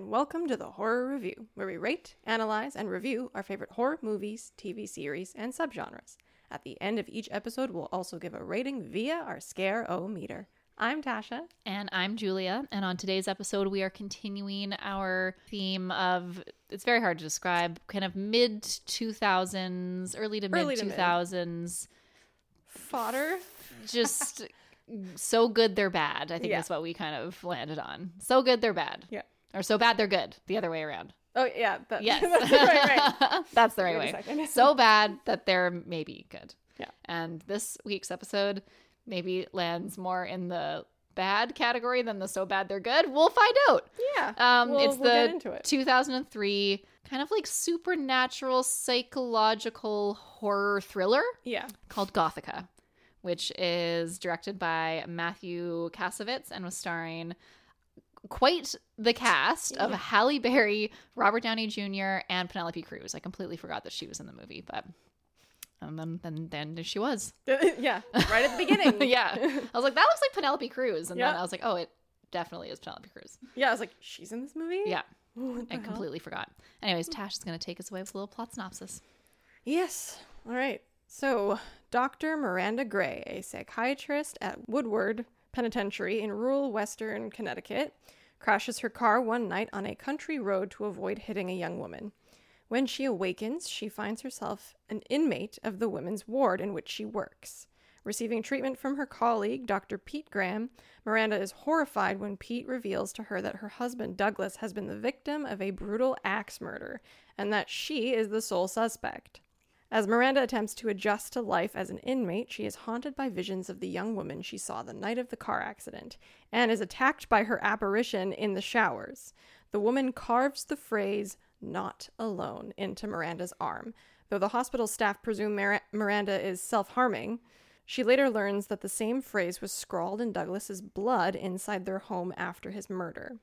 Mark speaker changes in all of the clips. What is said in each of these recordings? Speaker 1: welcome to the Horror Review, where we rate, analyze, and review our favorite horror movies, TV series, and subgenres. At the end of each episode, we'll also give a rating via our Scare O meter. I'm Tasha.
Speaker 2: And I'm Julia. And on today's episode, we are continuing our theme of it's very hard to describe kind of mid 2000s, early to
Speaker 1: Early
Speaker 2: mid
Speaker 1: to mid.
Speaker 2: 2000s.
Speaker 1: Fodder.
Speaker 2: Just so good they're bad. I think
Speaker 1: Yeah.
Speaker 2: that's what we kind of landed on. So good they're bad.
Speaker 1: Yeah.
Speaker 2: Or so bad they're good. The other way around.
Speaker 1: Oh, yeah. That,
Speaker 2: Yes.
Speaker 1: that's right, right.
Speaker 2: That's the
Speaker 1: Wait
Speaker 2: right
Speaker 1: a
Speaker 2: way.
Speaker 1: second.
Speaker 2: So bad that they're maybe good.
Speaker 1: Yeah.
Speaker 2: And this week's episode maybe lands more in the bad category than the so bad they're good. We'll find out.
Speaker 1: Yeah.
Speaker 2: Um,
Speaker 1: We'll-
Speaker 2: it's
Speaker 1: we'll get
Speaker 2: the
Speaker 1: into it.
Speaker 2: 2003 kind of like supernatural psychological horror thriller
Speaker 1: Yeah.
Speaker 2: called Gothica, which is directed by Matthew Kasovitz and was starring quite the cast of
Speaker 1: Yeah.
Speaker 2: Halle Berry, Robert Downey Jr., and Penelope Cruz. I completely forgot that she was in the movie, but and then then, then she was.
Speaker 1: yeah. Right at the beginning.
Speaker 2: yeah, I was like, that looks like Penelope Cruz, and then
Speaker 1: Yeah.
Speaker 2: I was like, oh, it definitely is Penelope Cruz.
Speaker 1: Yeah. I was like, she's in this movie?
Speaker 2: Yeah.
Speaker 1: What the
Speaker 2: I
Speaker 1: hell?
Speaker 2: completely forgot. Anyways, Tash is going to take us away with a little plot synopsis.
Speaker 1: Yes. All right. So, Dr. Miranda Gray, a psychiatrist at Woodward Penitentiary in rural western Connecticut, crashes her car one night on a country road to avoid hitting a young woman. When she awakens, she finds herself an inmate of the women's ward in which she works. Receiving treatment from her colleague, Dr. Pete Graham, Miranda is horrified when Pete reveals to her that her husband, Douglas, has been the victim of a brutal axe murder and that she is the sole suspect. As Miranda attempts to adjust to life as an inmate, she is haunted by visions of the young woman she saw the night of the car accident and is attacked by her apparition in the showers. The woman carves the phrase, not alone, into Miranda's arm. Though the hospital staff presume Mir- Miranda is self harming, she later learns that the same phrase was scrawled in Douglas's blood inside their home after his murder.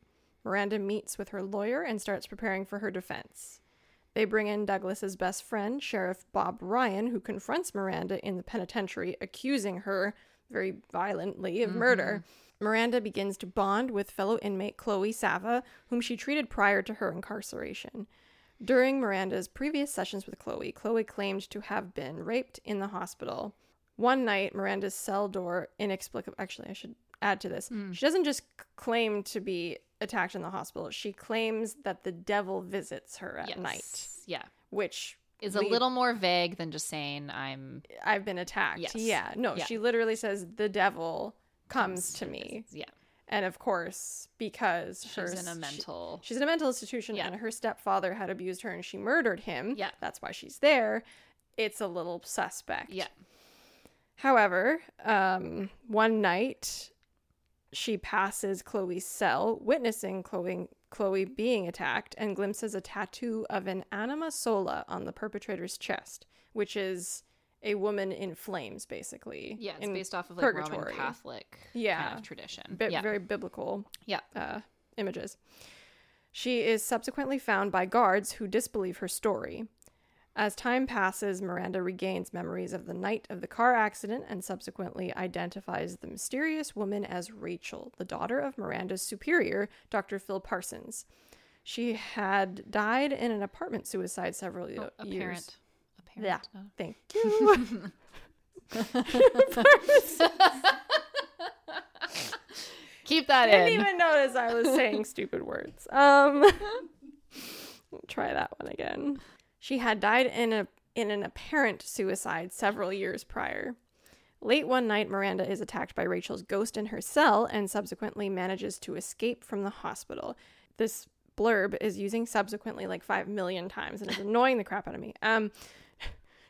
Speaker 1: Miranda meets with her lawyer and starts preparing for her defense. They bring in Douglas's best friend, Sheriff Bob Ryan, who confronts Miranda in the penitentiary, accusing her very violently of murder. Miranda begins to bond with fellow inmate Chloe Sava, whom she treated prior to her incarceration. During Miranda's previous sessions with Chloe, Chloe claimed to have been raped in the hospital. One night, Miranda's cell door inexplicably. Actually, I should add to this. She doesn't just c- claim to be attacked in the hospital, she claims that the devil visits her at
Speaker 2: Yes.
Speaker 1: night
Speaker 2: Yeah.
Speaker 1: which
Speaker 2: Is a
Speaker 1: we-
Speaker 2: little more vague than just saying I'm.
Speaker 1: I've been attacked.
Speaker 2: Yes.
Speaker 1: Yeah. No,
Speaker 2: Yeah.
Speaker 1: she literally says the devil comes to me.
Speaker 2: Yeah.
Speaker 1: And of course, because her
Speaker 2: She's in a
Speaker 1: s- she-
Speaker 2: mental.
Speaker 1: she's in a mental institution
Speaker 2: Yeah.
Speaker 1: and her stepfather had abused her and she murdered him.
Speaker 2: Yeah.
Speaker 1: That's why she's there. It's a little suspect.
Speaker 2: Yeah.
Speaker 1: However, um, one night she passes Chloe's cell, witnessing Chloe Chloe being attacked, and glimpses a tattoo of an anima sola on the perpetrator's chest, which is a woman in flames, basically.
Speaker 2: Yeah. It's
Speaker 1: in
Speaker 2: based off of like
Speaker 1: purgatory.
Speaker 2: Roman Catholic
Speaker 1: Yeah.
Speaker 2: kind of tradition.
Speaker 1: bi-
Speaker 2: yeah.
Speaker 1: very biblical
Speaker 2: yeah.
Speaker 1: uh, images. She is subsequently found by guards who disbelieve her story. As time passes, Miranda regains memories of the night of the car accident and subsequently identifies the mysterious woman as Rachel, the daughter of Miranda's superior, Dr. Phil Parsons. She had died in an apartment suicide several y-
Speaker 2: A
Speaker 1: years.
Speaker 2: parent. A
Speaker 1: uh, Yeah.
Speaker 2: parent. uh,
Speaker 1: Thank you. Parsons.
Speaker 2: Keep that
Speaker 1: I didn't
Speaker 2: in.
Speaker 1: even notice I was saying stupid words. Um, try that one again. She had died in a in an apparent suicide several years prior. Late one night, Miranda is attacked by Rachel's ghost in her cell and subsequently manages to escape from the hospital. This blurb is using subsequently like five million times and it's annoying the crap out of me. Um,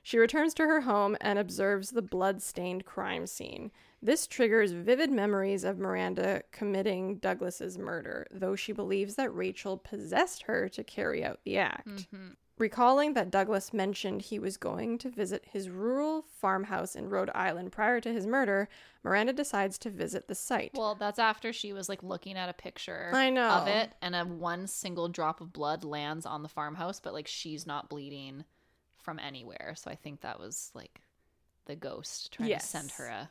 Speaker 1: she returns to her home and observes the blood stained crime scene. This triggers vivid memories of Miranda committing Douglas's murder, though she believes that Rachel possessed her to carry out the act.
Speaker 2: Mm-hmm.
Speaker 1: Recalling that Douglas mentioned he was going to visit his rural farmhouse in Rhode Island prior to his murder, Miranda decides to visit the site.
Speaker 2: Well, that's after she was like looking at a picture
Speaker 1: I know.
Speaker 2: of it, and a one single drop of blood lands on the farmhouse, but like she's not bleeding from anywhere. So I think that was like the ghost trying
Speaker 1: Yes.
Speaker 2: to send her a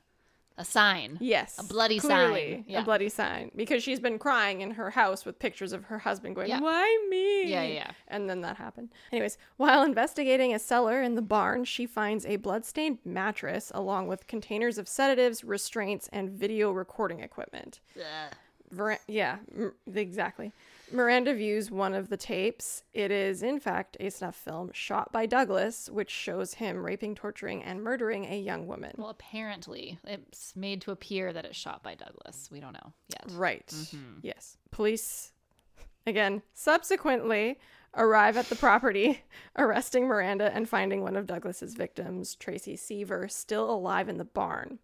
Speaker 2: a sign.
Speaker 1: Yes.
Speaker 2: A bloody
Speaker 1: clearly
Speaker 2: sign. Yeah.
Speaker 1: A bloody sign. Because she's been crying in her house with pictures of her husband going,
Speaker 2: Yeah.
Speaker 1: Why me?
Speaker 2: Yeah, yeah.
Speaker 1: And then that happened. Anyways, while investigating a cellar in the barn, she finds a bloodstained mattress along with containers of sedatives, restraints, and video recording equipment.
Speaker 2: Ugh.
Speaker 1: Ver- yeah, m- exactly. Miranda views one of the tapes. It is, in fact, a snuff film shot by Douglas, which shows him raping, torturing, and murdering a young woman.
Speaker 2: Well, apparently, it's made to appear that it's shot by Douglas. We don't know yet.
Speaker 1: Right. Yes. Police, again, subsequently arrive at the property, arresting Miranda and finding one of Douglas's victims, Tracy Seaver, still alive in the barn.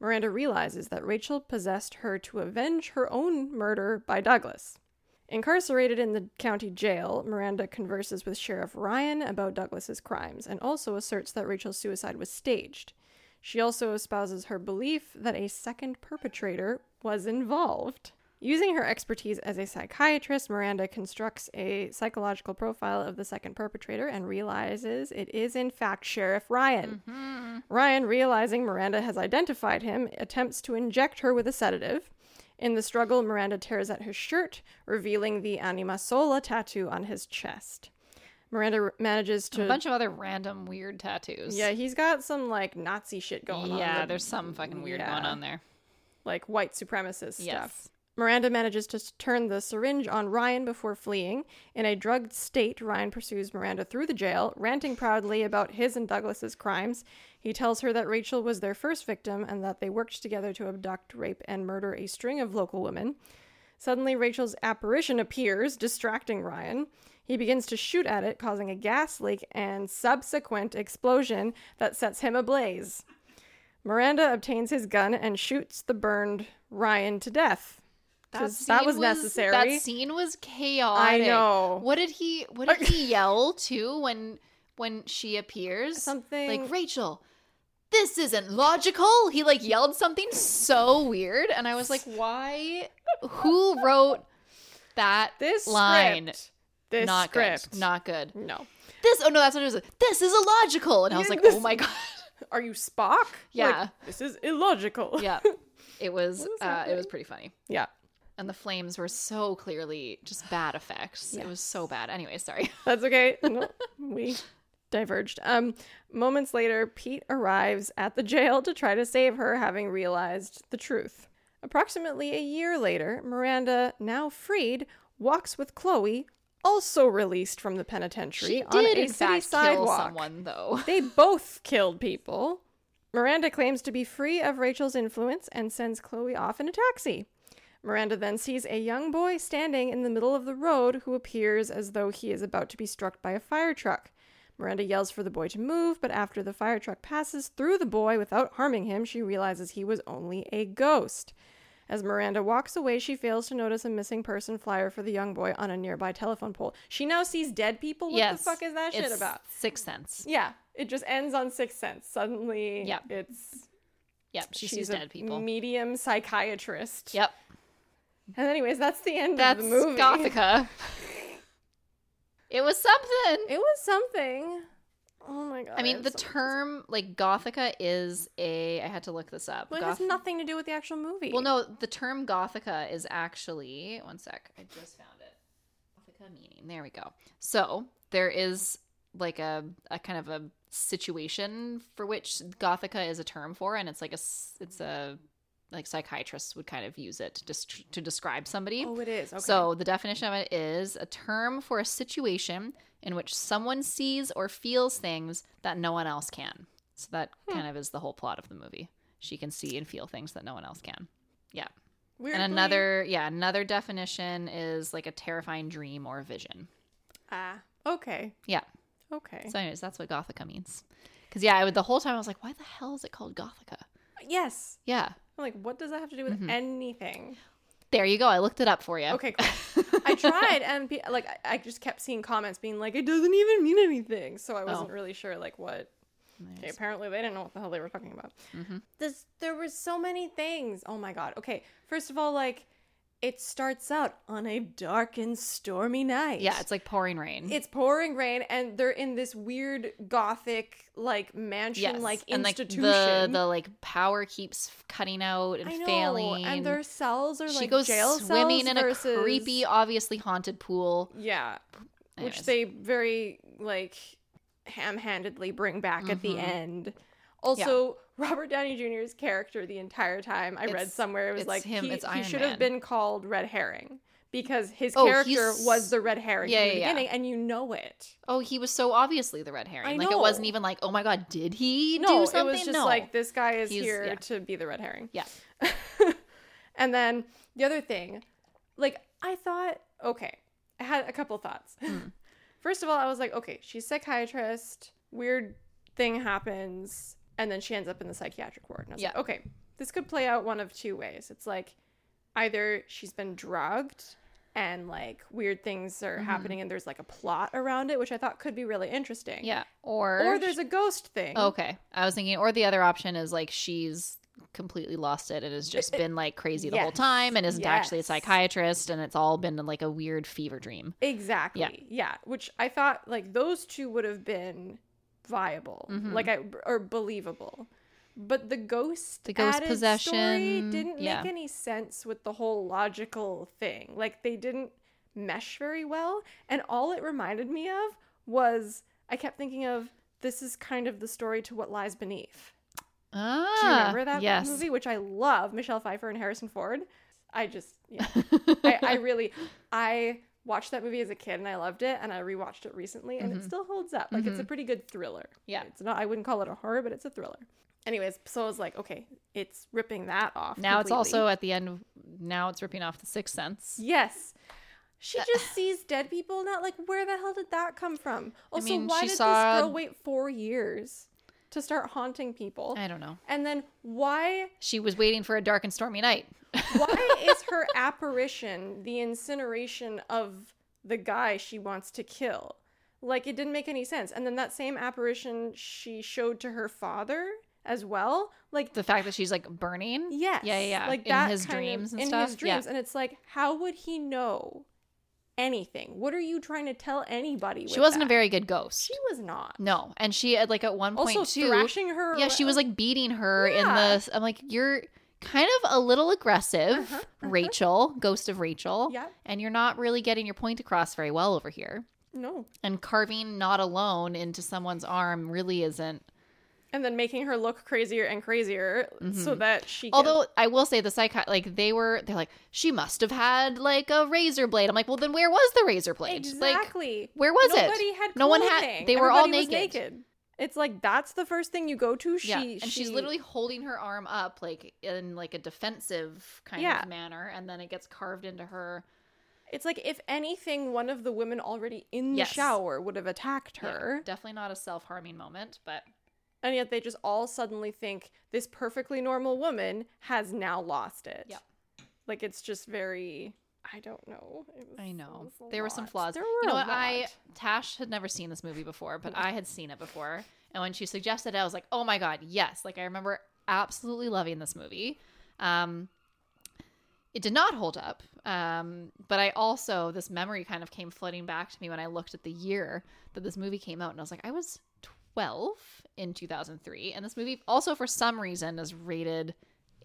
Speaker 1: Miranda realizes that Rachel possessed her to avenge her own murder by Douglas. Incarcerated in the county jail, Miranda converses with Sheriff Ryan about Douglas's crimes and also asserts that Rachel's suicide was staged. She also espouses her belief that a second perpetrator was involved. Using her expertise as a psychiatrist, Miranda constructs a psychological profile of the second perpetrator and realizes it is, in fact, Sheriff Ryan. Ryan, realizing Miranda has identified him, attempts to inject her with a sedative. In the struggle, Miranda tears at his shirt, revealing the anima sola tattoo on his chest. Miranda r- manages to.
Speaker 2: A bunch of other random weird tattoos.
Speaker 1: yeah, he's got some like Nazi shit going on.
Speaker 2: Yeah,
Speaker 1: that-
Speaker 2: there's some fucking weird
Speaker 1: Yeah.
Speaker 2: going on there.
Speaker 1: like white supremacist
Speaker 2: Yes.
Speaker 1: stuff. Miranda manages to s- turn the syringe on Ryan before fleeing. In a drugged state, Ryan pursues Miranda through the jail, ranting proudly about his and Douglas's crimes. He tells her that Rachel was their first victim and that they worked together to abduct, rape, and murder a string of local women. Suddenly, Rachel's apparition appears, distracting Ryan. He begins to shoot at it, causing a gas leak and subsequent explosion that sets him ablaze. Miranda obtains his gun and shoots the burned Ryan to death. 'Cause that
Speaker 2: scene
Speaker 1: was necessary.
Speaker 2: That scene was chaotic.
Speaker 1: know.
Speaker 2: What did he? What did he yell to when when she appears?
Speaker 1: Something-
Speaker 2: like Rachel. This isn't logical. He like yelled something so weird, and I was like, "Why? Who wrote that
Speaker 1: This
Speaker 2: line?
Speaker 1: script. This
Speaker 2: not
Speaker 1: script.
Speaker 2: good. Not good.
Speaker 1: No.
Speaker 2: This. Oh no, that's what it was. This is illogical." And I was
Speaker 1: Yeah,
Speaker 2: like,
Speaker 1: this-
Speaker 2: "Oh my god."
Speaker 1: Are you Spock?
Speaker 2: Yeah.
Speaker 1: Like, this is illogical.
Speaker 2: yeah. It was. Uh, it was pretty funny.
Speaker 1: Yeah.
Speaker 2: And the flames were so clearly just bad effects. It was so bad. Anyway, sorry.
Speaker 1: That's okay. No, we diverged. Um, moments later, Pete arrives at the jail to try to save her, having realized the truth. Approximately a year later, Miranda, now freed, walks with Chloe, also released from the penitentiary, on a
Speaker 2: in
Speaker 1: city
Speaker 2: fact
Speaker 1: sidewalk.
Speaker 2: kill someone though.
Speaker 1: They both killed people. Miranda claims to be free of Rachel's influence and sends Chloe off in a taxi. Miranda then sees a young boy standing in the middle of the road who appears as though he is about to be struck by a fire truck. Miranda yells for the boy to move, but after the fire truck passes through the boy without harming him, she realizes he was only a ghost. As Miranda walks away, she fails to notice a missing person flyer for the young boy on a nearby telephone pole. She now sees dead people. What
Speaker 2: yes.
Speaker 1: the fuck is that shit
Speaker 2: it's
Speaker 1: about?
Speaker 2: Sixth Sense.
Speaker 1: Yeah, it just ends on Sixth Sense. Suddenly,
Speaker 2: Yep.
Speaker 1: it's
Speaker 2: Yep, she
Speaker 1: she's
Speaker 2: sees
Speaker 1: a
Speaker 2: dead people.
Speaker 1: medium psychiatrist.
Speaker 2: yep.
Speaker 1: And anyways, that's the end
Speaker 2: That's
Speaker 1: of the movie.
Speaker 2: Gothica. it was something.
Speaker 1: It was something. Oh my god!
Speaker 2: I mean, the
Speaker 1: it's-
Speaker 2: term like Gothica is a I had to look this up.
Speaker 1: Well, it
Speaker 2: Goth-
Speaker 1: has nothing to do with the actual movie.
Speaker 2: well, no, the term Gothica is actually one sec. I just found it. Gothica meaning. There we go. So there is like a, a kind of a situation for which Gothica is a term for, and it's like a s- it's a like psychiatrists would kind of use it to dest- to describe somebody.
Speaker 1: Oh, it is. Okay.
Speaker 2: So the definition of it is a term for a situation in which someone sees or feels things that no one else can. So that
Speaker 1: Hmm.
Speaker 2: kind of is the whole plot of the movie. She can see and feel things that no one else can. Yeah.
Speaker 1: Weirdly-
Speaker 2: And another yeah, another definition is like a terrifying dream or vision.
Speaker 1: Ah, okay,
Speaker 2: Yeah.
Speaker 1: okay.
Speaker 2: So anyways, that's what Gothica means. Cuz yeah, I would the whole time I was like, why the hell is it called Gothica?
Speaker 1: yes.
Speaker 2: Yeah.
Speaker 1: I'm like, what does that have to do with
Speaker 2: Mm-hmm.
Speaker 1: anything?
Speaker 2: There you go. I looked it up for you.
Speaker 1: Okay, cool. I tried, and pe- like, I- I just kept seeing comments being like, it doesn't even mean anything. So I
Speaker 2: Oh.
Speaker 1: wasn't really sure, like, what Okay, apparently they didn't know what the hell they were
Speaker 2: Mm-hmm.
Speaker 1: talking about. This, there were so many things. Oh my god. Okay, first of all, like It starts out on a dark and stormy night.
Speaker 2: Yeah, it's like pouring rain.
Speaker 1: It's pouring rain, and they're in this weird gothic, like mansion, like
Speaker 2: and like
Speaker 1: institution.
Speaker 2: the the like power keeps f- cutting out and
Speaker 1: I know,
Speaker 2: failing.
Speaker 1: and their cells are
Speaker 2: she
Speaker 1: like
Speaker 2: goes
Speaker 1: jail
Speaker 2: swimming
Speaker 1: cells
Speaker 2: in
Speaker 1: versus...
Speaker 2: a creepy, obviously haunted pool.
Speaker 1: yeah, which
Speaker 2: Anyways.
Speaker 1: they very like ham-handedly bring back at the
Speaker 2: Mhm.
Speaker 1: end. Also, Robert Downey Jr.'s character the entire time I read
Speaker 2: It's-
Speaker 1: somewhere it was
Speaker 2: it's
Speaker 1: like
Speaker 2: him,
Speaker 1: he,
Speaker 2: it's
Speaker 1: he
Speaker 2: Iron
Speaker 1: should
Speaker 2: Man.
Speaker 1: have been called Red Herring because his
Speaker 2: Oh,
Speaker 1: character
Speaker 2: he's-
Speaker 1: was the Red Herring
Speaker 2: Yeah,
Speaker 1: from the
Speaker 2: yeah, yeah.
Speaker 1: beginning, and you know it.
Speaker 2: Oh, he was so obviously the red herring.
Speaker 1: I
Speaker 2: like
Speaker 1: know.
Speaker 2: it wasn't even like, oh my god, did he
Speaker 1: no,
Speaker 2: do something?
Speaker 1: it was just
Speaker 2: no.
Speaker 1: like this guy is
Speaker 2: He's-
Speaker 1: here
Speaker 2: yeah.
Speaker 1: to be the red herring.
Speaker 2: Yeah.
Speaker 1: and then the other thing, like I thought, okay, I had a couple thoughts.
Speaker 2: Hmm.
Speaker 1: First of all, I was like, okay, she's psychiatrist. Weird thing happens, and then she ends up in the psychiatric ward. And I was like,
Speaker 2: Yeah.
Speaker 1: okay, this could play out one of two ways. It's like either she's been drugged and like weird things are
Speaker 2: Mhm.
Speaker 1: happening and there's like a plot around it which i thought could be really interesting
Speaker 2: yeah, or
Speaker 1: or there's a ghost thing
Speaker 2: okay. I was thinking, or the other option is like she's completely lost it and has just been like crazy the whole
Speaker 1: Yes.
Speaker 2: time and isn't actually a
Speaker 1: Yes.
Speaker 2: psychiatrist and it's all been like a weird fever dream.
Speaker 1: Exactly. Yeah. Which I thought like those two would have been viable,
Speaker 2: Mhm.
Speaker 1: like I or believable. But the ghost,
Speaker 2: The ghost
Speaker 1: added story
Speaker 2: possession,
Speaker 1: didn't
Speaker 2: yeah.
Speaker 1: make any sense with the whole logical thing. Like they didn't mesh very well, and all it reminded me of was I kept thinking of this is kind of the story to what lies beneath.
Speaker 2: Ah,
Speaker 1: Do you remember that
Speaker 2: yes.
Speaker 1: movie, which I love, Michelle Pfeiffer and Harrison Ford? I just, yeah. I, I really I watched that movie as a kid and I loved it and I rewatched it recently and it
Speaker 2: Mhm.
Speaker 1: still holds up. Like it's a pretty good thriller.
Speaker 2: Mm-hmm. Yeah.
Speaker 1: It's not I wouldn't call it a horror, but it's a thriller. Anyways, so I was like, okay, it's ripping that off.
Speaker 2: now it's
Speaker 1: completely.
Speaker 2: also at the end. Now it's ripping off the Sixth Sense.
Speaker 1: Yes.
Speaker 2: Uh,
Speaker 1: She just sees dead people now. Like, where the hell did that come from? Also,
Speaker 2: mean,
Speaker 1: why
Speaker 2: she
Speaker 1: did
Speaker 2: saw-
Speaker 1: this girl wait four years to start haunting people?
Speaker 2: I don't know.
Speaker 1: and then why
Speaker 2: She was waiting for a dark and stormy night.
Speaker 1: Why is her apparition the incineration of the guy she wants to kill? Like, it didn't make any sense. And then that same apparition she showed to her father as well. Like,
Speaker 2: the fact that she's like burning.
Speaker 1: yes.
Speaker 2: Yeah, yeah, yeah.
Speaker 1: Like
Speaker 2: In
Speaker 1: that
Speaker 2: his
Speaker 1: kind of-
Speaker 2: dreams and
Speaker 1: in
Speaker 2: stuff?
Speaker 1: his
Speaker 2: Yeah.
Speaker 1: dreams. And it's like, how would he know anything? What are you trying to tell anybody?
Speaker 2: She
Speaker 1: with
Speaker 2: wasn't a
Speaker 1: that?
Speaker 2: very good ghost.
Speaker 1: She was not.
Speaker 2: no, and she had like at one point
Speaker 1: Also,
Speaker 2: too.
Speaker 1: thrashing her.
Speaker 2: yeah, she was like beating her in
Speaker 1: Yeah.
Speaker 2: the. I'm like, you're kind of a little aggressive,
Speaker 1: Uh-huh, uh-huh.
Speaker 2: Rachel, ghost of Rachel.
Speaker 1: Yeah.
Speaker 2: And you're not really getting your point across very well over here.
Speaker 1: No.
Speaker 2: And carving not alone into someone's arm really isn't.
Speaker 1: And then making her look crazier and crazier so that she can
Speaker 2: Mm-hmm. Although I will say the psychi like they were, they're like she must have had like a razor blade. I'm like, well, then where was the razor blade? Like,
Speaker 1: Exactly.
Speaker 2: where was
Speaker 1: Nobody
Speaker 2: it?
Speaker 1: had
Speaker 2: No one had-
Speaker 1: clothing.
Speaker 2: they were all
Speaker 1: Everybody was
Speaker 2: naked.
Speaker 1: It's like that's the first thing you go to. She
Speaker 2: yeah, and she's
Speaker 1: she-
Speaker 2: literally holding her arm up like in like a defensive kind
Speaker 1: Yeah.
Speaker 2: of manner, and then it gets carved into her.
Speaker 1: It's like if anything, one of the women already in the
Speaker 2: Yes.
Speaker 1: shower would have attacked
Speaker 2: Yeah,
Speaker 1: her,
Speaker 2: definitely not a self harming moment, but
Speaker 1: and yet they just all suddenly think this perfectly normal woman has now lost it.
Speaker 2: Yep.
Speaker 1: Like it's just very. I don't know. It was-
Speaker 2: I
Speaker 1: it
Speaker 2: know
Speaker 1: was a
Speaker 2: there were some
Speaker 1: lot.
Speaker 2: flaws.
Speaker 1: There were
Speaker 2: you know
Speaker 1: a
Speaker 2: what? I
Speaker 1: lot.
Speaker 2: Tash had never seen this movie before, but I had seen it before, and when she suggested it, I was like, oh my god, yes! Like I remember absolutely loving this movie. Um, it did not hold up, um, but I also this memory kind of came flooding back to me when I looked at the year that this movie came out, and I was like, I was 12 in 2003, and this movie also for some reason is rated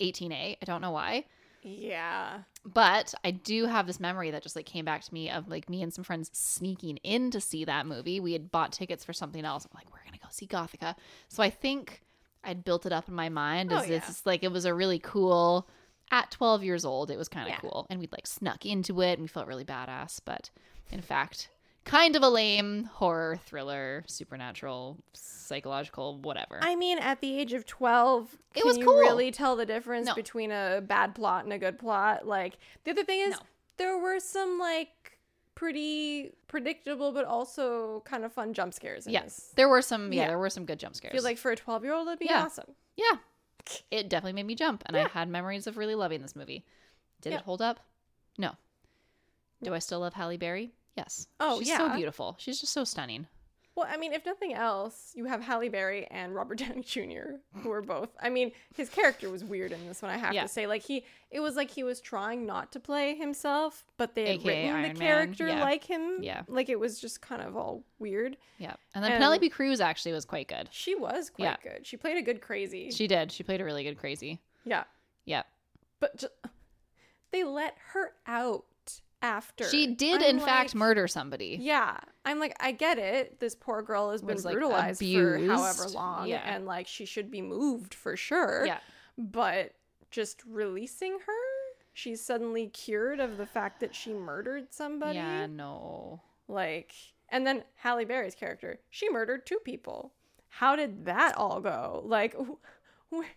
Speaker 2: 18A. I don't know why
Speaker 1: Yeah.
Speaker 2: but I do have this memory that just like came back to me of like me and some friends sneaking in to see that movie. We had bought tickets for something else. I'm like, we're gonna go see Gothica. So I think I'd built it up in my mind
Speaker 1: Oh,
Speaker 2: as this
Speaker 1: yeah.
Speaker 2: is like it was a really cool at 12 years old, it was kind of
Speaker 1: Yeah.
Speaker 2: cool. And we'd like snuck into it and we felt really badass, but in fact, kind of a lame horror, thriller, supernatural, psychological, whatever.
Speaker 1: I mean, at the age of twelve,
Speaker 2: It
Speaker 1: can
Speaker 2: was
Speaker 1: you
Speaker 2: cool.
Speaker 1: really tell the difference
Speaker 2: No.
Speaker 1: between a bad plot and a good plot? Like the other thing is,
Speaker 2: No.
Speaker 1: there were some like pretty predictable but also kind of fun jump scares. In
Speaker 2: yes.
Speaker 1: this.
Speaker 2: There were some yeah,
Speaker 1: Yeah.
Speaker 2: there were some good jump scares.
Speaker 1: I feel like for a twelve-year-old, that'd be
Speaker 2: Yeah.
Speaker 1: awesome.
Speaker 2: Yeah. It definitely made me jump and I had memories of really loving this movie. Did
Speaker 1: Yeah.
Speaker 2: it hold up? No. Do I still love Halle Berry? Yes.
Speaker 1: Oh,
Speaker 2: She's so
Speaker 1: yeah.
Speaker 2: beautiful. She's just so stunning.
Speaker 1: Well, I mean, if nothing else, you have Halle Berry and Robert Downey Jr., who are both. I mean, his character was weird in this one. I have
Speaker 2: Yeah.
Speaker 1: to say, like he, it was like he was trying not to play himself, but they had
Speaker 2: AKA
Speaker 1: written
Speaker 2: Iron
Speaker 1: the
Speaker 2: Man,
Speaker 1: character
Speaker 2: yeah.
Speaker 1: like him.
Speaker 2: Yeah.
Speaker 1: like it was just kind of all weird.
Speaker 2: Yeah. And then
Speaker 1: And-
Speaker 2: Penelope Cruz actually was quite good.
Speaker 1: She was quite
Speaker 2: Yeah.
Speaker 1: good. She played a good crazy.
Speaker 2: She did. She played a really good crazy.
Speaker 1: yeah,
Speaker 2: Yeah.
Speaker 1: but ju- they let her out after
Speaker 2: She did,
Speaker 1: I'm
Speaker 2: in fact,
Speaker 1: like-
Speaker 2: murder somebody.
Speaker 1: Yeah, I'm like, I get it. This poor girl has been
Speaker 2: Was, like,
Speaker 1: brutalized for however
Speaker 2: abused.
Speaker 1: long,
Speaker 2: Yeah.
Speaker 1: and like she should be moved for sure.
Speaker 2: Yeah.
Speaker 1: but just releasing her, she's suddenly cured of the fact that she murdered somebody.
Speaker 2: Yeah, no.
Speaker 1: Like, and then Halle Berry's character, she murdered two people. How did that all go? Like, wh- wh-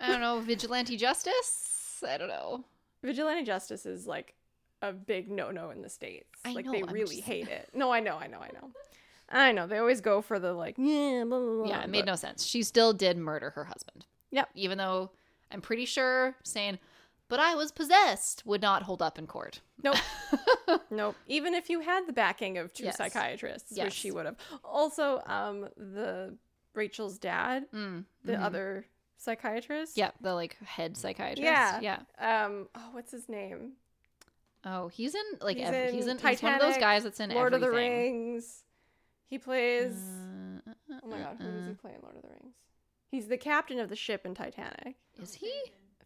Speaker 2: I don't know. Vigilante justice? I don't know.
Speaker 1: vigilante justice is like a big no-no in the states.
Speaker 2: I
Speaker 1: like
Speaker 2: know,
Speaker 1: they
Speaker 2: I'm
Speaker 1: really
Speaker 2: just-
Speaker 1: hate it. No, I know, I know, I know. I know. They always go for the like, yeah, blah, blah, blah,
Speaker 2: Yeah, it made
Speaker 1: but-
Speaker 2: no sense. She still did murder her husband.
Speaker 1: Yep.
Speaker 2: Even though I'm pretty sure saying, but I was possessed, would not hold up in court.
Speaker 1: Nope. nope. Even if you had the backing of two
Speaker 2: Yes.
Speaker 1: psychiatrists,
Speaker 2: Yes.
Speaker 1: which she would have. Also, um, the Rachel's dad,
Speaker 2: Mm,
Speaker 1: the
Speaker 2: mhm.
Speaker 1: other psychiatrist.
Speaker 2: Yeah, the like head psychiatrist.
Speaker 1: Yeah.
Speaker 2: Yeah.
Speaker 1: Um. Oh, what's his name?
Speaker 2: Oh, he's in like
Speaker 1: He's
Speaker 2: he's, ev-
Speaker 1: in
Speaker 2: he's in he's one of those
Speaker 1: Titanic,
Speaker 2: guys that's in
Speaker 1: Lord of the
Speaker 2: everything.
Speaker 1: Rings. He plays.
Speaker 2: Uh, uh,
Speaker 1: oh my God, who
Speaker 2: uh,
Speaker 1: does he play in Lord of the Rings? He's the captain of the ship in Titanic.
Speaker 2: uh, Is he?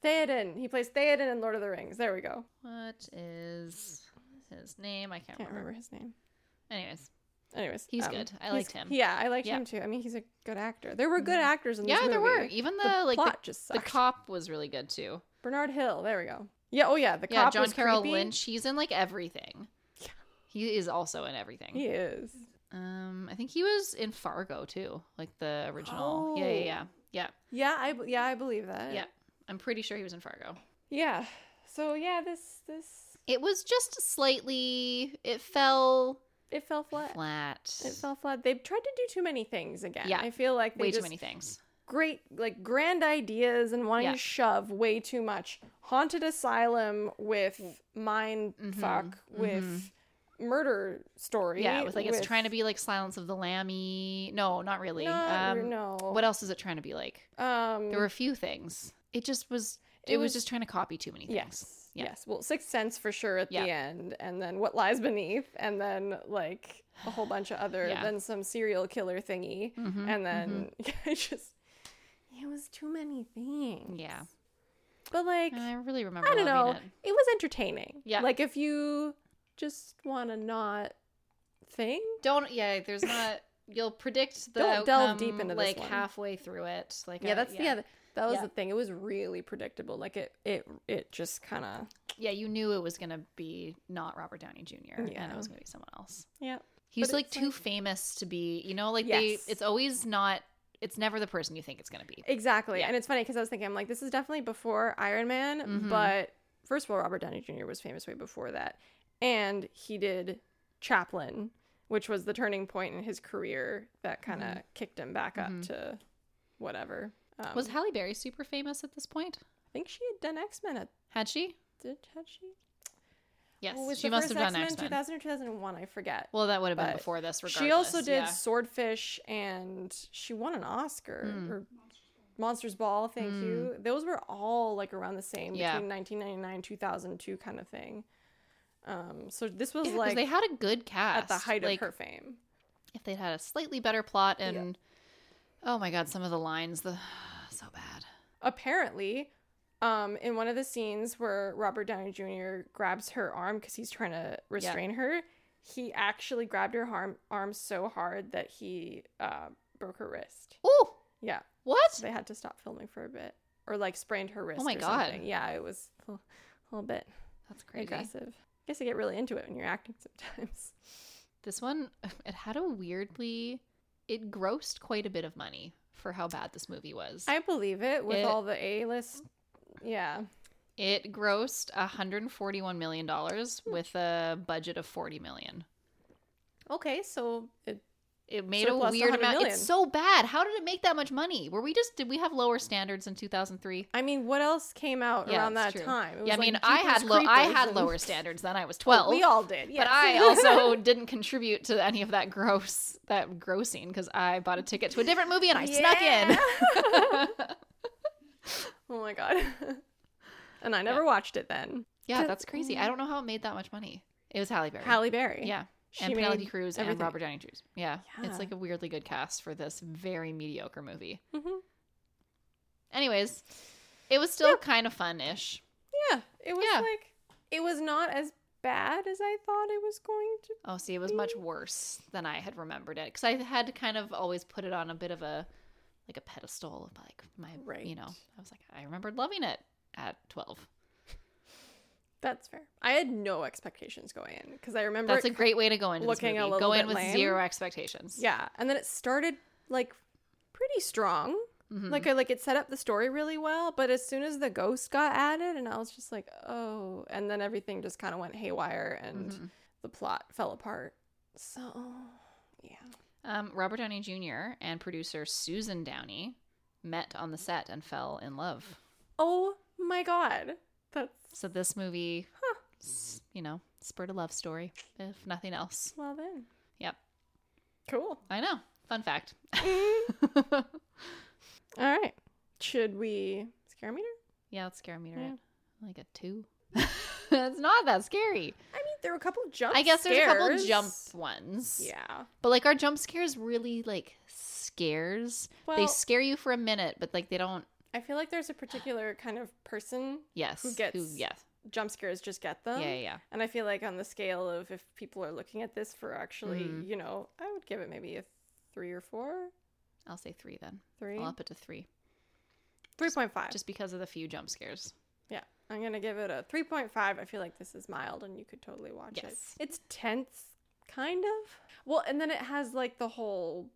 Speaker 1: Theoden. He plays Theoden in Lord of the Rings. There we go.
Speaker 2: uh, What is his name? I can't,
Speaker 1: Can't
Speaker 2: remember.
Speaker 1: remember his name.
Speaker 2: Anyways,
Speaker 1: Anyways,
Speaker 2: He's
Speaker 1: um,
Speaker 2: good. I
Speaker 1: he's-
Speaker 2: liked him.
Speaker 1: Yeah, I liked
Speaker 2: Yeah. Mm-hmm.
Speaker 1: him too. I mean, he's a good actor. There were good actors in this
Speaker 2: yeah, there
Speaker 1: movie.
Speaker 2: were even the,
Speaker 1: The
Speaker 2: like
Speaker 1: plot
Speaker 2: the,
Speaker 1: just
Speaker 2: the
Speaker 1: sucked.
Speaker 2: cop was really good too.
Speaker 1: Bernard Hill. There we go. Yeah. Oh yeah. The
Speaker 2: Yeah,
Speaker 1: cop
Speaker 2: John
Speaker 1: was
Speaker 2: Carroll
Speaker 1: creepy.
Speaker 2: Lynch. He's in like everything. He is also in everything.
Speaker 1: He is.
Speaker 2: Um, I think he was in Fargo too, like the original. Yeah, yeah, yeah,
Speaker 1: Oh. Uh.
Speaker 2: yeah,
Speaker 1: Yeah. I b- yeah I believe that.
Speaker 2: yeah. I'm pretty sure he was in Fargo.
Speaker 1: Yeah. So yeah, this this
Speaker 2: It was just slightly. It fell
Speaker 1: it fell flat.
Speaker 2: flat.
Speaker 1: It fell flat. They've tried to do too many things again.
Speaker 2: Yeah.
Speaker 1: I feel like they
Speaker 2: way
Speaker 1: just
Speaker 2: too many things.
Speaker 1: great like grand ideas and wanting
Speaker 2: Yeah.
Speaker 1: to shove way too much. Haunted asylum with mind
Speaker 2: Mhm,
Speaker 1: fuck with murder story.
Speaker 2: Yeah, with like it's trying to be like Silence of the Lammy. No, not really.
Speaker 1: Not-
Speaker 2: um,
Speaker 1: no.
Speaker 2: What else is it trying to be like?
Speaker 1: um
Speaker 2: There were a few things. It just was.
Speaker 1: It
Speaker 2: It, was,
Speaker 1: was-
Speaker 2: just trying to copy too many things.
Speaker 1: Yes.
Speaker 2: Yeah.
Speaker 1: Yes. Well, Sixth Sense for sure at
Speaker 2: Yeah.
Speaker 1: the end, and then What Lies Beneath, and then like a whole bunch of other,
Speaker 2: Yeah.
Speaker 1: then some serial killer thingy,
Speaker 2: Mhm,
Speaker 1: and then I just it was too many things.
Speaker 2: Yeah.
Speaker 1: But like
Speaker 2: And I
Speaker 1: I,
Speaker 2: really remember.
Speaker 1: don't know,
Speaker 2: loving
Speaker 1: it. was entertaining.
Speaker 2: Yeah.
Speaker 1: Like if you just want to not think,
Speaker 2: Don't. Yeah. There's not. You'll predict the
Speaker 1: Don't delve deep
Speaker 2: outcome,
Speaker 1: into this
Speaker 2: like
Speaker 1: one.
Speaker 2: halfway through it. Like
Speaker 1: yeah,
Speaker 2: I-
Speaker 1: that's the other. That was
Speaker 2: Yeah.
Speaker 1: the thing. It was really predictable. Like it, it, it just kind of
Speaker 2: Yeah, you knew it was gonna be not Robert Downey Jr. and
Speaker 1: Yeah.
Speaker 2: it was gonna be someone else.
Speaker 1: yeah.
Speaker 2: He's
Speaker 1: But
Speaker 2: like
Speaker 1: it's
Speaker 2: too famous to be. You know, like
Speaker 1: Yes.
Speaker 2: they. It's always not. It's never the person you think it's gonna be.
Speaker 1: Exactly.
Speaker 2: Yeah.
Speaker 1: And it's funny because I was thinking, I'm like, this is definitely before Iron Man,
Speaker 2: Mhm.
Speaker 1: but first of all, Robert Downey Jr. was famous way before that. And he did Chaplin, which was the turning point in his career that kind
Speaker 2: Mm-hmm.
Speaker 1: of kicked him back up
Speaker 2: Mhm.
Speaker 1: to whatever. Um,
Speaker 2: Was Halle Berry super famous at this point?
Speaker 1: I think she had done X Men at.
Speaker 2: Had she?
Speaker 1: Did had she?
Speaker 2: Yes,
Speaker 1: Well, was
Speaker 2: she
Speaker 1: the
Speaker 2: must
Speaker 1: first
Speaker 2: have done
Speaker 1: X-Men
Speaker 2: X
Speaker 1: 2000
Speaker 2: Men.
Speaker 1: or 2001, I forget.
Speaker 2: Well, that would have been
Speaker 1: but
Speaker 2: before this. Regardless,
Speaker 1: She also did
Speaker 2: yeah.
Speaker 1: Swordfish and she won an Oscar
Speaker 2: Mm.
Speaker 1: or Monsters Ball, thank you. Those were all like around the same
Speaker 2: Yeah.
Speaker 1: between 1999 2002 kind of thing. Um so this was
Speaker 2: Yeah, 'cause
Speaker 1: like
Speaker 2: they had a good cast
Speaker 1: at the height
Speaker 2: like,
Speaker 1: of her fame.
Speaker 2: If they'd had a slightly better plot and oh my god, some of the lines, the so bad.
Speaker 1: Apparently, um in one of the scenes where Robert Downey Jr. grabs her arm cuz he's trying to restrain her, he actually grabbed her arm, arm so hard that he uh broke her wrist.
Speaker 2: Oh,
Speaker 1: Yeah.
Speaker 2: what?
Speaker 1: they had to stop filming for a bit or like sprained her wrist.
Speaker 2: Oh my
Speaker 1: or
Speaker 2: God.
Speaker 1: Something. Yeah, it was a little- a little bit
Speaker 2: That's crazy.
Speaker 1: aggressive. I guess I get really into it when you're acting sometimes.
Speaker 2: This one, it had a weirdly, it grossed quite a bit of money for how bad this movie was.
Speaker 1: I believe it with
Speaker 2: It-
Speaker 1: all the A list. Yeah,
Speaker 2: it grossed 141 million
Speaker 1: Hmm.
Speaker 2: dollars with a budget of 40 million.
Speaker 1: okay, so it
Speaker 2: it made a
Speaker 1: Surplus
Speaker 2: weird
Speaker 1: 100
Speaker 2: amount.
Speaker 1: million.
Speaker 2: It's so bad. How did it make that much money? Were we just did we have lower standards in 2003?
Speaker 1: I mean, what else came out
Speaker 2: Yeah,
Speaker 1: around that
Speaker 2: that's true.
Speaker 1: time? It
Speaker 2: Yeah, I
Speaker 1: was, like,
Speaker 2: mean, I had
Speaker 1: Jeepers
Speaker 2: low I
Speaker 1: Creepers
Speaker 2: had
Speaker 1: and-
Speaker 2: lower standards then. I was 12.
Speaker 1: We all did, yes.
Speaker 2: But I also didn't contribute to any of that gross that grossing because I bought a ticket to a different movie and I snuck in.
Speaker 1: oh my god. and I never watched it then.
Speaker 2: yeah, that's crazy. I don't know how it made that much money. It was Halle Berry.
Speaker 1: Halle Berry.
Speaker 2: yeah,
Speaker 1: She
Speaker 2: and
Speaker 1: made
Speaker 2: Penelope Cruz and
Speaker 1: everything.
Speaker 2: Robert Downey Jr. Yeah,
Speaker 1: Yeah.
Speaker 2: it's like a weirdly good cast for this very mediocre movie.
Speaker 1: Mhm.
Speaker 2: Anyways, it was still kind of fun-ish.
Speaker 1: Yeah. It was
Speaker 2: Yeah.
Speaker 1: like it was not as bad as I thought it was going to.
Speaker 2: Oh, see, it was much worse than I had remembered it because I had kind of always put it on a bit of a like a pedestal of like my you know
Speaker 1: Right.
Speaker 2: I was like I remembered loving it at twelve.
Speaker 1: That's fair. I had no expectations going in because I remember
Speaker 2: That's a
Speaker 1: it-
Speaker 2: great way to go into
Speaker 1: looking
Speaker 2: this
Speaker 1: a
Speaker 2: movie.
Speaker 1: little
Speaker 2: go
Speaker 1: bit
Speaker 2: in with
Speaker 1: lame.
Speaker 2: zero expectations.
Speaker 1: Yeah, and then it started like pretty strong.
Speaker 2: Mhm.
Speaker 1: Like I like it set up the story really well, but as soon as the ghost got added and I was just like, "Oh," and then everything just kind of went haywire and
Speaker 2: Mhm.
Speaker 1: the plot fell apart. So, yeah.
Speaker 2: Um, Robert Downey Jr. and producer Susan Downey met on the set and fell in love.
Speaker 1: Oh my god. That's
Speaker 2: So this movie, s- you know, spurred a love story, if nothing else.
Speaker 1: well then.
Speaker 2: Yep,
Speaker 1: Cool.
Speaker 2: I know. Fun fact.
Speaker 1: Mm-hmm. All right. Should we scare meter?
Speaker 2: yeah, let's scare meter
Speaker 1: Yeah.
Speaker 2: at like a two. it's not that scary.
Speaker 1: I mean, there were a couple jump
Speaker 2: I guess there's a couple
Speaker 1: scares.
Speaker 2: jump ones.
Speaker 1: Yeah.
Speaker 2: But like our jump scares really like scares. they
Speaker 1: Well-
Speaker 2: scare you for a minute, but like they don't.
Speaker 1: I feel like there's a particular kind of person
Speaker 2: Yes.
Speaker 1: Who gets
Speaker 2: yes.
Speaker 1: jump scares just get them.
Speaker 2: yeah, yeah, yeah.
Speaker 1: And I feel like on the scale of if people are looking at this for actually,
Speaker 2: Mhm.
Speaker 1: you know, I would give it maybe a three or four,
Speaker 2: I'll say three then.
Speaker 1: three,
Speaker 2: I'll up it to three,
Speaker 1: three point five.
Speaker 2: just because of the few jump scares.
Speaker 1: yeah, I'm gonna give it a three point five. I feel like this is mild, and you could totally watch
Speaker 2: Yes.
Speaker 1: it. It's tense, kind of. Well, and then it has like the whole,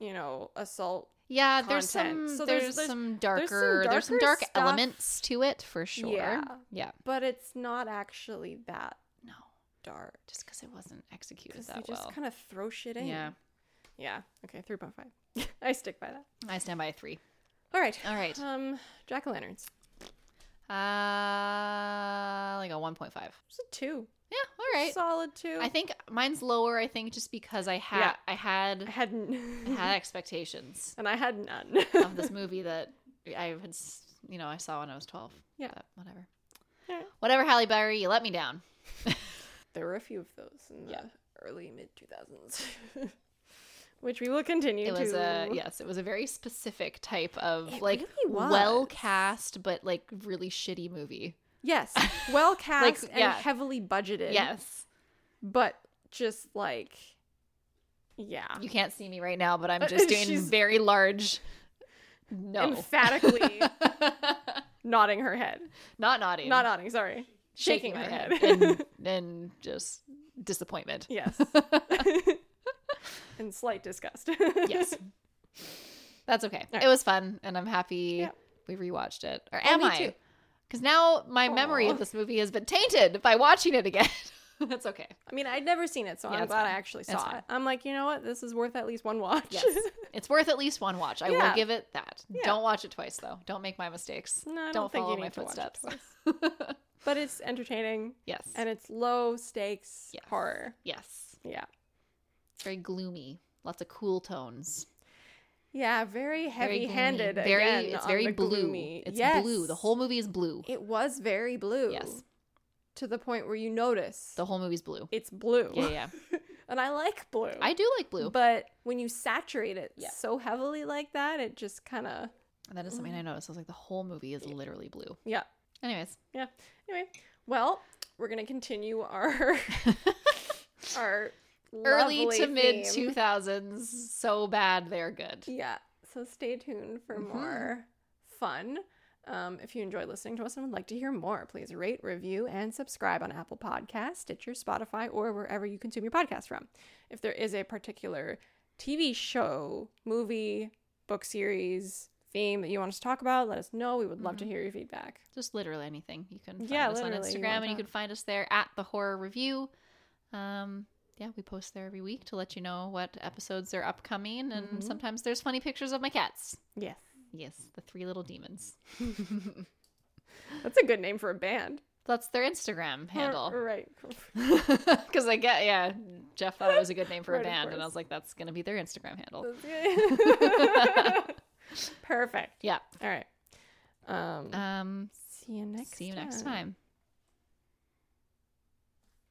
Speaker 1: you know, assault.
Speaker 2: Yeah, there's
Speaker 1: Content.
Speaker 2: some
Speaker 1: So there's-
Speaker 2: there's,
Speaker 1: there's-
Speaker 2: some
Speaker 1: there's some
Speaker 2: darker there's some
Speaker 1: darker
Speaker 2: dark
Speaker 1: stuff.
Speaker 2: elements to it for sure.
Speaker 1: Yeah.
Speaker 2: Yeah.
Speaker 1: But it's not actually that
Speaker 2: No,
Speaker 1: dark
Speaker 2: just because it wasn't executed
Speaker 1: because they
Speaker 2: that
Speaker 1: just
Speaker 2: well.
Speaker 1: kind of throw shit in.
Speaker 2: Yeah.
Speaker 1: Yeah. Okay. Three point five. I stick by that.
Speaker 2: I stand by a three.
Speaker 1: All right.
Speaker 2: All right,
Speaker 1: Um, jack o' lanterns.
Speaker 2: uh, like a one point five.
Speaker 1: It's a two.
Speaker 2: Yeah, all right.
Speaker 1: Solid two.
Speaker 2: I think mine's lower. I think just because I had
Speaker 1: Yeah.
Speaker 2: I had
Speaker 1: I had
Speaker 2: I
Speaker 1: n-
Speaker 2: had expectations
Speaker 1: and I had none.
Speaker 2: of this movie that I had s- you know I saw when I was twelve.
Speaker 1: Yeah.
Speaker 2: But whatever.
Speaker 1: Yeah.
Speaker 2: Whatever, Halle Berry, you let me down.
Speaker 1: there were a few of those in the
Speaker 2: Yeah.
Speaker 1: early mid 2000s. Which we will continue
Speaker 2: it was uh,
Speaker 1: to
Speaker 2: a yes it was a very specific type of
Speaker 1: It
Speaker 2: like
Speaker 1: really was.
Speaker 2: well cast but like really shitty movie
Speaker 1: yes, well cast and
Speaker 2: yeah.
Speaker 1: heavily budgeted.
Speaker 2: yes
Speaker 1: But just like yeah.
Speaker 2: you can't see me right now but i'm
Speaker 1: Uh,
Speaker 2: just doing
Speaker 1: she's-
Speaker 2: very large no
Speaker 1: Emphatically nodding her head.
Speaker 2: not naughty
Speaker 1: Not nodding, sorry. Shaking, her head.
Speaker 2: and, and just disappointment
Speaker 1: yes. In slight disgust.
Speaker 2: yes that's okay
Speaker 1: right.
Speaker 2: it was fun and i'm happy
Speaker 1: Yeah.
Speaker 2: we rewatched it or
Speaker 1: Oh,
Speaker 2: am
Speaker 1: me
Speaker 2: i
Speaker 1: too.
Speaker 2: because now my memory
Speaker 1: Aw.
Speaker 2: of this movie has been tainted by watching it again that's okay
Speaker 1: I mean, I'd never seen it, so
Speaker 2: Yeah,
Speaker 1: I'm
Speaker 2: it's
Speaker 1: glad I
Speaker 2: fine.
Speaker 1: actually
Speaker 2: It's
Speaker 1: saw
Speaker 2: fine.
Speaker 1: it. I'm like, you know what? This is worth at least one watch.
Speaker 2: Yes. it's worth at least one watch. I
Speaker 1: Yeah.
Speaker 2: will give it that.
Speaker 1: Yeah.
Speaker 2: Don't watch it twice though. Don't make my mistakes.
Speaker 1: No, I don't,
Speaker 2: Don't
Speaker 1: think
Speaker 2: follow
Speaker 1: you need to
Speaker 2: my
Speaker 1: watch
Speaker 2: footsteps.
Speaker 1: it twice. but it's entertaining
Speaker 2: Yes.
Speaker 1: and it's low stakes
Speaker 2: Yes.
Speaker 1: horror.
Speaker 2: yes.
Speaker 1: Yeah.
Speaker 2: It's very gloomy. Lots of cool tones.
Speaker 1: Yeah, very
Speaker 2: Very gloomy.
Speaker 1: heavy-handed.
Speaker 2: Very
Speaker 1: again
Speaker 2: it's
Speaker 1: on
Speaker 2: very
Speaker 1: the
Speaker 2: blue.
Speaker 1: gloomy.
Speaker 2: It's
Speaker 1: Yes.
Speaker 2: blue. The whole movie is blue.
Speaker 1: It was very blue.
Speaker 2: Yes.
Speaker 1: To the point where you notice
Speaker 2: The whole movie's blue.
Speaker 1: it's blue.
Speaker 2: Yeah, yeah.
Speaker 1: and I like blue.
Speaker 2: I do like blue.
Speaker 1: But when you saturate it
Speaker 2: Yeah.
Speaker 1: so heavily like that, it just kind of
Speaker 2: that is something I noticed. I was like, the whole movie is literally blue.
Speaker 1: Mm. yeah.
Speaker 2: Anyways.
Speaker 1: Yeah. Anyway, well, we're gonna continue our our
Speaker 2: Early
Speaker 1: lovely
Speaker 2: to mid
Speaker 1: theme.
Speaker 2: two thousands. So bad they're good.
Speaker 1: Yeah. So stay tuned for
Speaker 2: Mhm.
Speaker 1: more fun. Um, if you enjoy listening to us and would like to hear more, please rate, review, and subscribe on Apple Podcasts, Stitcher, Spotify, or wherever you consume your podcast from. If there is a particular TV show, movie, book series, theme that you want us to talk about, let us know. We would love
Speaker 2: Mm-hmm.
Speaker 1: to hear your feedback.
Speaker 2: just literally anything. You can find
Speaker 1: Yeah,
Speaker 2: us on
Speaker 1: literally, you
Speaker 2: Instagram
Speaker 1: wanna
Speaker 2: and you
Speaker 1: talk.
Speaker 2: can find us there at the horror review. Um, yeah, we post there every week to let you know what episodes are upcoming. And
Speaker 1: Mm-hmm.
Speaker 2: sometimes there's funny pictures of my cats.
Speaker 1: Yes.
Speaker 2: Yes, the three little demons.
Speaker 1: That's a good name for a band.
Speaker 2: That's their Instagram handle.
Speaker 1: Right.
Speaker 2: Because I get, yeah, Jeff thought it was a good name for
Speaker 1: Right, of
Speaker 2: a band, and I
Speaker 1: course.
Speaker 2: was like, that's going to be their Instagram handle.
Speaker 1: Perfect.
Speaker 2: Yeah.
Speaker 1: All right. Um,
Speaker 2: Um,
Speaker 1: see you next
Speaker 2: Uh, see you next time.